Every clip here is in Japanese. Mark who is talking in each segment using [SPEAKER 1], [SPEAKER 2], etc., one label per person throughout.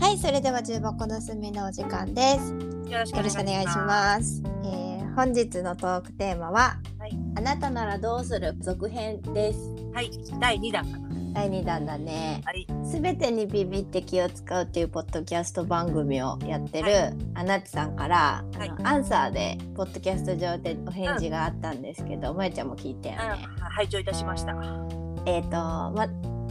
[SPEAKER 1] はい、それでは重箱の隅のお時間です。
[SPEAKER 2] よろし
[SPEAKER 1] よろしくお願いします。えー本日のトークテーマは、
[SPEAKER 2] はい
[SPEAKER 1] あなたならどうする続編です。
[SPEAKER 2] す。はい、第二弾かな。
[SPEAKER 1] 第2弾だね。
[SPEAKER 2] はい、
[SPEAKER 1] すべてにビビって気を使うっていうポッドキャスト番組をやってる、
[SPEAKER 2] は
[SPEAKER 1] あなたさんから、
[SPEAKER 2] はい
[SPEAKER 1] あのアンサーでポッドキャスト上でお返事があったんですけど、まゆちゃんも聞いたよね。
[SPEAKER 2] うん、拝聴いたしました。は
[SPEAKER 1] えっ、と、ま、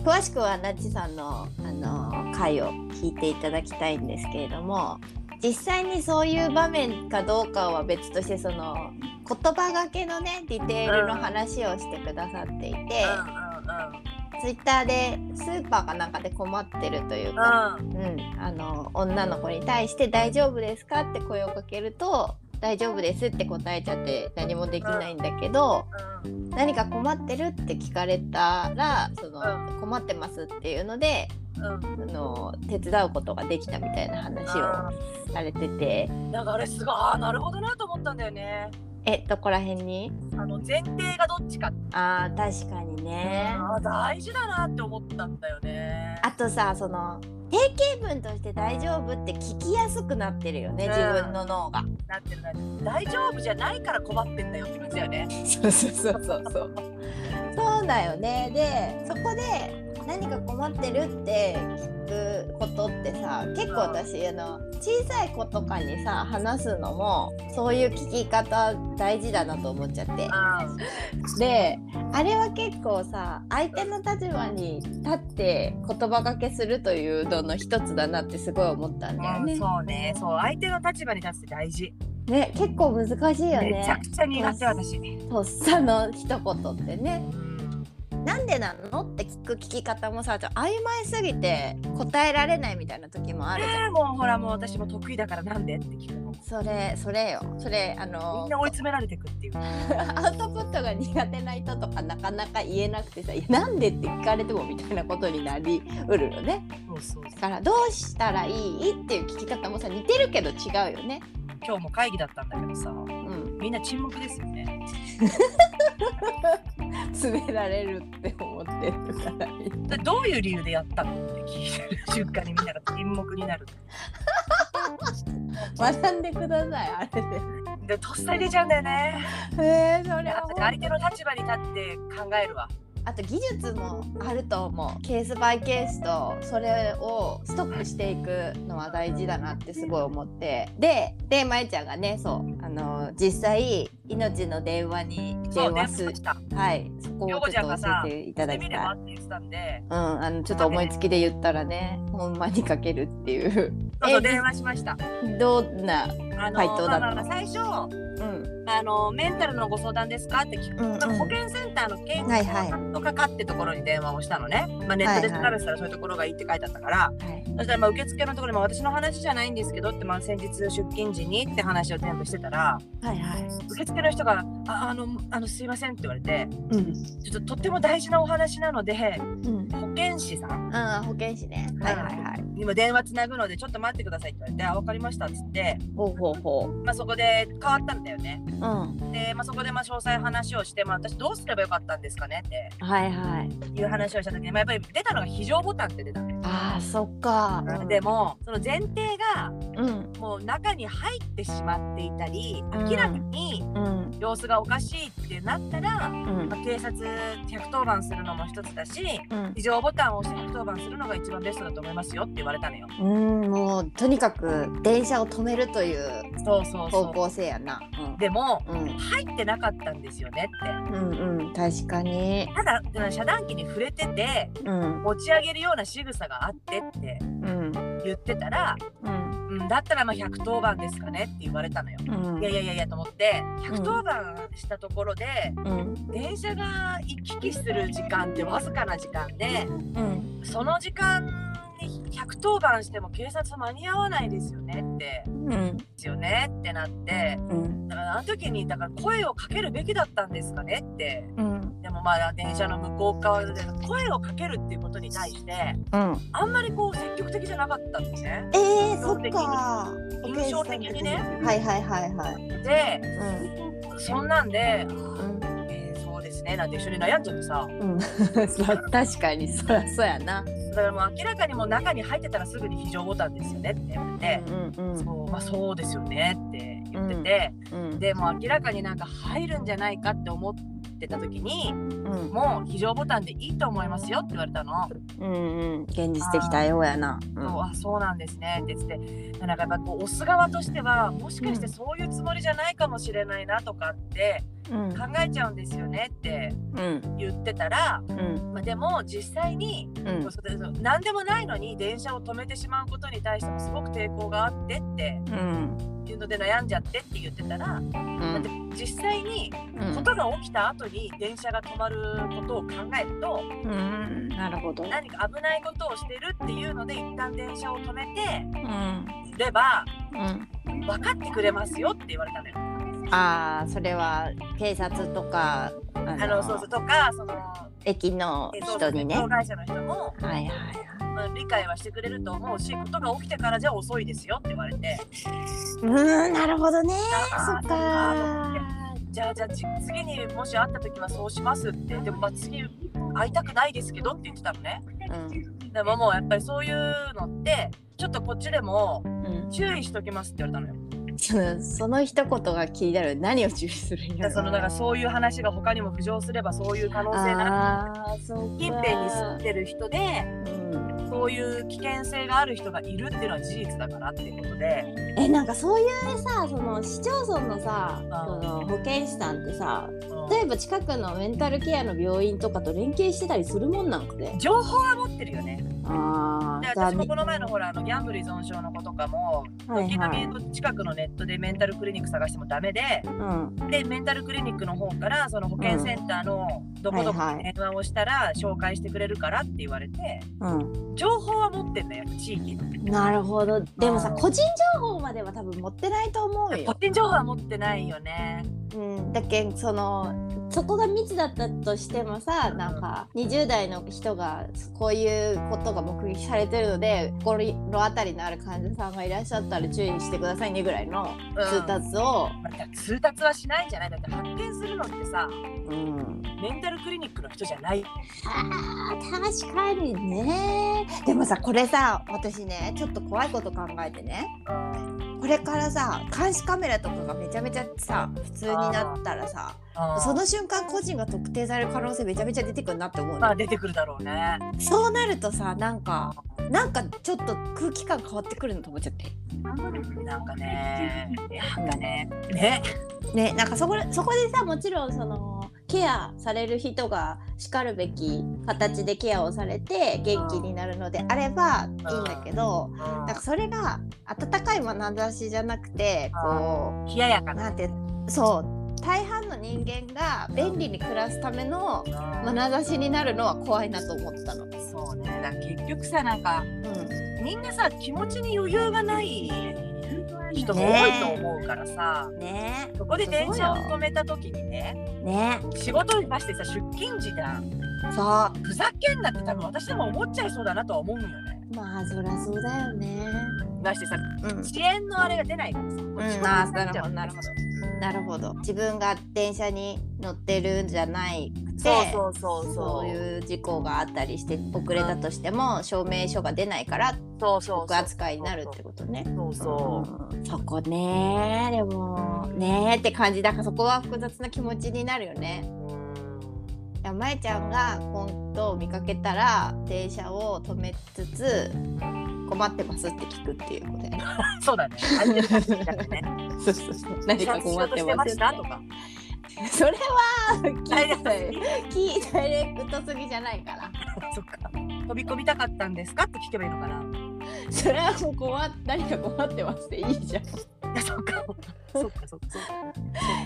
[SPEAKER 1] 詳しくはなっちさんの、あの回を聞いていただきたいんですけれども実際にそういう場面かどうかは別としてその言葉がけのねディテールの話をしてくださっていて、
[SPEAKER 2] う
[SPEAKER 1] ツイッターでスーパーかなんかで困ってるというか、
[SPEAKER 2] ん、うん、うん、
[SPEAKER 1] うん、あの女の子に対して「大丈夫ですか?」って声をかけると「大丈夫です」って答えちゃって何もできないんだけど。
[SPEAKER 2] うん、
[SPEAKER 1] 何か困ってるって聞かれたらその、
[SPEAKER 2] う
[SPEAKER 1] 困ってますっていうので
[SPEAKER 2] う
[SPEAKER 1] あの手伝うことができたみたいな話をされてて
[SPEAKER 2] ん。なんかあれすごい、あーなるほどなと思ったんだよね。
[SPEAKER 1] えどこら辺に
[SPEAKER 2] あの前提がどっちか。
[SPEAKER 1] あー確かにね
[SPEAKER 2] あー大事だなって思ったんだよね。
[SPEAKER 1] あとさその定型文として「大丈夫」って聞きやすくなってるよね
[SPEAKER 2] うん
[SPEAKER 1] 自分の脳が。
[SPEAKER 2] なってるなってる大丈夫じゃないから困ってんだよって感じだよね。
[SPEAKER 1] そうそうそうそうそう。そうだよねでそこで何か困ってるって聞くことってさ結構私あの小さい子とかにさ話すのもそういう聞き方大事だなと思っちゃって
[SPEAKER 2] うん、
[SPEAKER 1] であれは結構さ相手の立場に立って言葉がけするというのの一つだなってすごい思ったんだよ
[SPEAKER 2] うん
[SPEAKER 1] ね。
[SPEAKER 2] そうね、そう相手の立場に立つって大事。
[SPEAKER 1] ね結構難しいよ
[SPEAKER 2] めちゃ
[SPEAKER 1] ね
[SPEAKER 2] くちゃ苦手私。
[SPEAKER 1] とっさの一言ってね。
[SPEAKER 2] うん
[SPEAKER 1] なんでなのって聞く聞き方もさちょっと曖昧すぎて答えられないみたいな時もあるじゃん。
[SPEAKER 2] もうほらもう私も得意だからなんでって聞くの。
[SPEAKER 1] それそれよそれあ
[SPEAKER 2] み
[SPEAKER 1] の
[SPEAKER 2] んな追い詰められてくっていう。
[SPEAKER 1] アウトプットが苦手な人とかなかなか言えなくてさいやなんでって聞かれてもみたいなことになりうるよね
[SPEAKER 2] そうそう
[SPEAKER 1] だからどうしたらいいっていう聞き方もさ似てるけど違うよね
[SPEAKER 2] 今日も会議だったんだけどさ、
[SPEAKER 1] うん
[SPEAKER 2] みんな沈黙ですよね。
[SPEAKER 1] 詰められるって思ってるから
[SPEAKER 2] でどういう理由でやったのって聞いてる瞬間にみんなが沈黙になる。
[SPEAKER 1] 学んでくださいあれで
[SPEAKER 2] でとっさに出ちゃうんだよね。
[SPEAKER 1] へえそれ
[SPEAKER 2] あと相手の立場に立って考えるわ。
[SPEAKER 1] あと技術もあると思うケースバイケースとそれをストップしていくのは大事だなってすごい思ってででまゆちゃんがねそうあの実際命の電話に
[SPEAKER 2] そ
[SPEAKER 1] 電
[SPEAKER 2] うね。
[SPEAKER 1] 話
[SPEAKER 2] そ
[SPEAKER 1] す
[SPEAKER 2] うした。
[SPEAKER 1] はいそこをちょ
[SPEAKER 2] ヨ
[SPEAKER 1] っ
[SPEAKER 2] コ
[SPEAKER 1] と
[SPEAKER 2] ちゃんがさ
[SPEAKER 1] 教えていただ
[SPEAKER 2] で
[SPEAKER 1] き
[SPEAKER 2] 見
[SPEAKER 1] た
[SPEAKER 2] れ
[SPEAKER 1] い
[SPEAKER 2] ば。って言ってたんで、
[SPEAKER 1] うん、あのちょっと思いつきで言ったらねほんまにかけるっていう
[SPEAKER 2] そうそう
[SPEAKER 1] え
[SPEAKER 2] 電話しました。
[SPEAKER 1] どんな
[SPEAKER 2] あの
[SPEAKER 1] 回答だったの
[SPEAKER 2] まあまあまあ最初
[SPEAKER 1] うん
[SPEAKER 2] あのメンタルのご相談ですかって聞く。
[SPEAKER 1] うんうん
[SPEAKER 2] まあ保健センターの健
[SPEAKER 1] はいはい
[SPEAKER 2] 康とかかってところに電話をしたのね、まあ、ネットで調べてたらそういうところがいいって書いてあったから、
[SPEAKER 1] はい
[SPEAKER 2] そしたらまあ受付のところにまあ私の話じゃないんですけどってまあ先日出勤時にって話を全部してたら
[SPEAKER 1] はいはい
[SPEAKER 2] 受付の人が「ああのあのすいません」って言われて
[SPEAKER 1] うん
[SPEAKER 2] 「ちょっととっても大事なお話なので
[SPEAKER 1] うん
[SPEAKER 2] 保健師さん
[SPEAKER 1] あー保健師ねはいはいはい
[SPEAKER 2] にも電話つなぐのでちょっと待ってください」って言われて「あ分かりました」っつって、
[SPEAKER 1] ほうほうほう
[SPEAKER 2] まあ、そこで変わったんだよね。
[SPEAKER 1] うんは
[SPEAKER 2] で、まあ、そこでまあ詳細話をして、まあ、私どうすればよかったんですかねって
[SPEAKER 1] いはい
[SPEAKER 2] いう話をした時に、まあ、やっぱり出たのが非常ボタンって出たね。
[SPEAKER 1] あーそっか、うん、
[SPEAKER 2] でもその前提が
[SPEAKER 1] うん
[SPEAKER 2] もう中に入ってしまっていたり
[SPEAKER 1] うん
[SPEAKER 2] 明らかに
[SPEAKER 1] うん
[SPEAKER 2] 様子がおかしいってなったら、ま
[SPEAKER 1] うん
[SPEAKER 2] あ警察110番するのも一つだし
[SPEAKER 1] うん
[SPEAKER 2] 非常ボタンを押して110番するのが一番ベストだと思いますよって言われたのよ。
[SPEAKER 1] うんもうとにかく電車を止めるという
[SPEAKER 2] そうそう
[SPEAKER 1] 方
[SPEAKER 2] そ
[SPEAKER 1] 向性やな
[SPEAKER 2] うでも
[SPEAKER 1] うんうん
[SPEAKER 2] 入ってなかったんですよねって
[SPEAKER 1] うんうん確かに
[SPEAKER 2] ただうん遮断機に触れてて
[SPEAKER 1] うん
[SPEAKER 2] 持ち上げるような仕草があってって
[SPEAKER 1] うん
[SPEAKER 2] 言ってたら、
[SPEAKER 1] うん
[SPEAKER 2] うん、だったらまあ110番ですかねって言われたのよ。
[SPEAKER 1] うん
[SPEAKER 2] いやいやいやいやと思って110番したところで、
[SPEAKER 1] うん
[SPEAKER 2] 電車が行き来する時間ってわずかな時間で
[SPEAKER 1] うん
[SPEAKER 2] その時間に110番しても警察間に合わないですよねって
[SPEAKER 1] うん
[SPEAKER 2] ですよねってなって
[SPEAKER 1] うん
[SPEAKER 2] だからあの時にだから声をかけるべきだったんですかねって
[SPEAKER 1] うん
[SPEAKER 2] でもまあ電車の向こう側で声をかけるっていうことに対して
[SPEAKER 1] うん
[SPEAKER 2] あんまりこう積極的じゃなかったんですね。
[SPEAKER 1] えー、そっか
[SPEAKER 2] 印象的にね
[SPEAKER 1] はいはいはいはい
[SPEAKER 2] で
[SPEAKER 1] う
[SPEAKER 2] そんなんで「
[SPEAKER 1] ん
[SPEAKER 2] えーそうですね」なんて一緒に悩んじゃって さ
[SPEAKER 1] うん、うん、確かにそりゃそうやな
[SPEAKER 2] だからもう明らかにもう中に入ってたらすぐに非常ボタンですよねって言われて、
[SPEAKER 1] うんうん
[SPEAKER 2] そうまあ、そうですよねって言ってて、
[SPEAKER 1] うん
[SPEAKER 2] でもう明らかになんか入るんじゃないかって思ってた時に
[SPEAKER 1] うん
[SPEAKER 2] もう非常ボタンでいいと思いますよって言われたの、
[SPEAKER 1] うんうん現実的対応やな
[SPEAKER 2] そうあそうなんですねって言っててなんかやっぱこう押す側としてはもしかしてそういうつもりじゃないかもしれないなとかって
[SPEAKER 1] うんうん
[SPEAKER 2] 考えちゃうんですよねって
[SPEAKER 1] うん
[SPEAKER 2] 言ってたら、
[SPEAKER 1] うん
[SPEAKER 2] まあ、でも実際に
[SPEAKER 1] うん
[SPEAKER 2] そうそうそう何でもないのに電車を止めてしまうことに対してもすごく抵抗があってって
[SPEAKER 1] うん
[SPEAKER 2] いうので悩んじゃってって言ってたらだって実際に
[SPEAKER 1] うん
[SPEAKER 2] ことが起きた後に電車が止まることを考えると
[SPEAKER 1] うんなるほど
[SPEAKER 2] 何か危ないことをしてるっていうので一旦電車を止めて
[SPEAKER 1] うん
[SPEAKER 2] れば
[SPEAKER 1] うん
[SPEAKER 2] 分かってくれますよって言われたのよ。
[SPEAKER 1] ああそれは警察とかあの
[SPEAKER 2] あのそうそうとかその
[SPEAKER 1] 駅の
[SPEAKER 2] えそうそ
[SPEAKER 1] 人
[SPEAKER 2] う
[SPEAKER 1] にね
[SPEAKER 2] 障害者の人も、
[SPEAKER 1] はいはい
[SPEAKER 2] まあ、理解はしてくれると思うしことが起きてからじゃ遅いですよって言われて。
[SPEAKER 1] うーんなるほどねそ
[SPEAKER 2] あー
[SPEAKER 1] っか
[SPEAKER 2] じゃあじゃあじ次にもし会った時はそうしますってでもまあ次会いたくないですけどって言ってたのね
[SPEAKER 1] うん
[SPEAKER 2] でももうやっぱりそういうのってちょっとこっちでも
[SPEAKER 1] うん
[SPEAKER 2] 注意しときますって言われたのよ
[SPEAKER 1] そのその一言が気になる何を注意するん
[SPEAKER 2] で
[SPEAKER 1] や
[SPEAKER 2] そのだからそういう話が他にも浮上すればそういう可能性がある
[SPEAKER 1] ああーそうか
[SPEAKER 2] 近辺に住んでる人で
[SPEAKER 1] うん
[SPEAKER 2] そういう危険性がある人がいるっていうのは事実だからっていうことで
[SPEAKER 1] えなんかそういうさその市町村のさ
[SPEAKER 2] あー
[SPEAKER 1] その保健師さんってさ
[SPEAKER 2] うん
[SPEAKER 1] 例えば近くのメンタルケアの病院とかと連携してたりするもんなんかね
[SPEAKER 2] 情報は持ってるよね
[SPEAKER 1] あ
[SPEAKER 2] で
[SPEAKER 1] あ
[SPEAKER 2] 私もこの前のほらあのギャンブル依存症の子とかも
[SPEAKER 1] はい
[SPEAKER 2] 時
[SPEAKER 1] はい
[SPEAKER 2] 々近くのネットでメンタルクリニック探してもダメで
[SPEAKER 1] うん
[SPEAKER 2] でメンタルクリニックの方からその保健センターのどこどこ
[SPEAKER 1] はいは
[SPEAKER 2] に
[SPEAKER 1] い
[SPEAKER 2] 電話をしたら紹介してくれるからって言われて
[SPEAKER 1] うん
[SPEAKER 2] 情報は持ってんだよ地域の
[SPEAKER 1] なるほどでもさ
[SPEAKER 2] うん
[SPEAKER 1] 個人情報までは多分持ってないと思う
[SPEAKER 2] 個
[SPEAKER 1] よ、
[SPEAKER 2] 人情報は持ってないよね
[SPEAKER 1] うん、だけんそのそこが密だったとしてもさなんか20代の人がこういうことが目撃されてるので心当たりのある患者さんがいらっしゃったら注意してくださいねぐらいの
[SPEAKER 2] うん
[SPEAKER 1] 通達を、
[SPEAKER 2] まあ通達はしないんじゃないだって発見するのってさ
[SPEAKER 1] うん
[SPEAKER 2] メンタルクリニックの人じゃない
[SPEAKER 1] あー確かにねでもさこれさ私ねちょっと怖いこと考えてねこれからさ監視カメラとかがめちゃめちゃさ普通になったらさその瞬間個人が特定される可能性めちゃめちゃ出てくるなって思うの、
[SPEAKER 2] まあ出てくるだろうね
[SPEAKER 1] そうなるとさなんかなんかちょっと空気感変わってくるのと思っちゃって
[SPEAKER 2] なんかねなんかねね
[SPEAKER 1] ねなんかそこそこでさもちろんそのケアされる人がしかるべき形でケアをされて元気になるのであればいいんだけど
[SPEAKER 2] な
[SPEAKER 1] なんかそれが温かい眼差しじゃなくてこ
[SPEAKER 2] 冷ややか
[SPEAKER 1] う
[SPEAKER 2] な
[SPEAKER 1] なんてそう大半の人間が便利に暮らすための眼差しになるのは怖いなと思ったの。
[SPEAKER 2] そうねだから結局さなんか
[SPEAKER 1] うん
[SPEAKER 2] みんなさ気持ちに余裕がない人も多いと思うからさ、
[SPEAKER 1] ねえ
[SPEAKER 2] そこで電車を止めた時にね
[SPEAKER 1] ね
[SPEAKER 2] 仕事に出してさ出勤時だ
[SPEAKER 1] そうま
[SPEAKER 2] ふざけんなって多分私でも思っちゃいそうだなとは思うんよね。
[SPEAKER 1] あそりゃそうだよね
[SPEAKER 2] ましてさ
[SPEAKER 1] うん
[SPEAKER 2] 遅延のあれが出ないからさ、もう遅刻
[SPEAKER 1] あー
[SPEAKER 2] になっちゃう
[SPEAKER 1] なるほどなるほど自分が電車に乗ってるんじゃないくて
[SPEAKER 2] そうそうそう
[SPEAKER 1] そう
[SPEAKER 2] う
[SPEAKER 1] いう事故があったりして遅れたとしても証明書が出ないから
[SPEAKER 2] そうそう
[SPEAKER 1] 僕
[SPEAKER 2] そう
[SPEAKER 1] 扱いになるってことね
[SPEAKER 2] そうそう
[SPEAKER 1] うんそこねでもねって感じだからそこは複雑な気持ちになるよねいやまえちゃんが今度見かけたら電車を止めつつ困ってますって聞くっていうこと ね。
[SPEAKER 2] うんそ うだね相手の話だからね
[SPEAKER 1] そうそうそう何か困って
[SPEAKER 2] 仕事し
[SPEAKER 1] ま
[SPEAKER 2] てますしたとか
[SPEAKER 1] それ は聞いた
[SPEAKER 2] 大丈
[SPEAKER 1] 聞いたダイレクトすぎじゃないから
[SPEAKER 2] そっか飛び込みたかったんですかって聞けばいいのかな
[SPEAKER 1] それはもう困っ何か困ってますっていいじゃんい
[SPEAKER 2] いやそっかそっかそっかそっか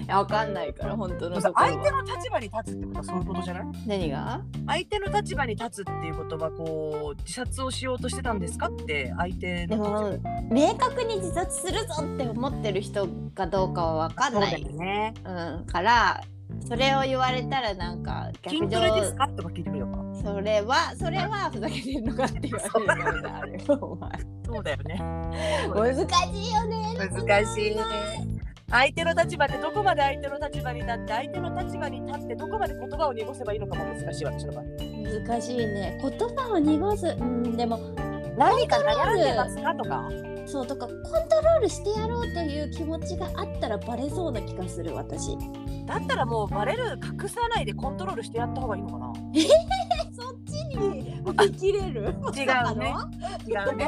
[SPEAKER 1] やわかんないから本当のところ
[SPEAKER 2] 相手
[SPEAKER 1] は
[SPEAKER 2] の立場に立つってことはそういうことじゃない
[SPEAKER 1] 何が
[SPEAKER 2] 相手の立場に立つっていうことはこう自殺をしようとしてたんですかって相手
[SPEAKER 1] で
[SPEAKER 2] の
[SPEAKER 1] も明確に自殺するぞって思ってる人かどうかはわかん
[SPEAKER 2] そう
[SPEAKER 1] な
[SPEAKER 2] だ
[SPEAKER 1] い、
[SPEAKER 2] よね
[SPEAKER 1] うん、からそれを言われたらなんか
[SPEAKER 2] 筋
[SPEAKER 1] 逆
[SPEAKER 2] トレです
[SPEAKER 1] 上
[SPEAKER 2] かとか聞いてみようか
[SPEAKER 1] それはそれはふざけてるのかって言われるのがあ るよお前
[SPEAKER 2] そうだよね
[SPEAKER 1] 難しいよね
[SPEAKER 2] 難しい相手の立場でどこまで相手の立場になって相手の立場に立ってどこまで言葉を濁せばいいのかも難しい私の場合
[SPEAKER 1] 難しいね言葉を濁す、うん、でも
[SPEAKER 2] 何か悩んでますかとか
[SPEAKER 1] そうとかコントロールしてやろうという気持ちがあったらバレそうな気がする私
[SPEAKER 2] だったらもうバレる隠さないでコントロールしてやった方がいいのかな
[SPEAKER 1] そ っちに見切れる
[SPEAKER 2] 違うね違うね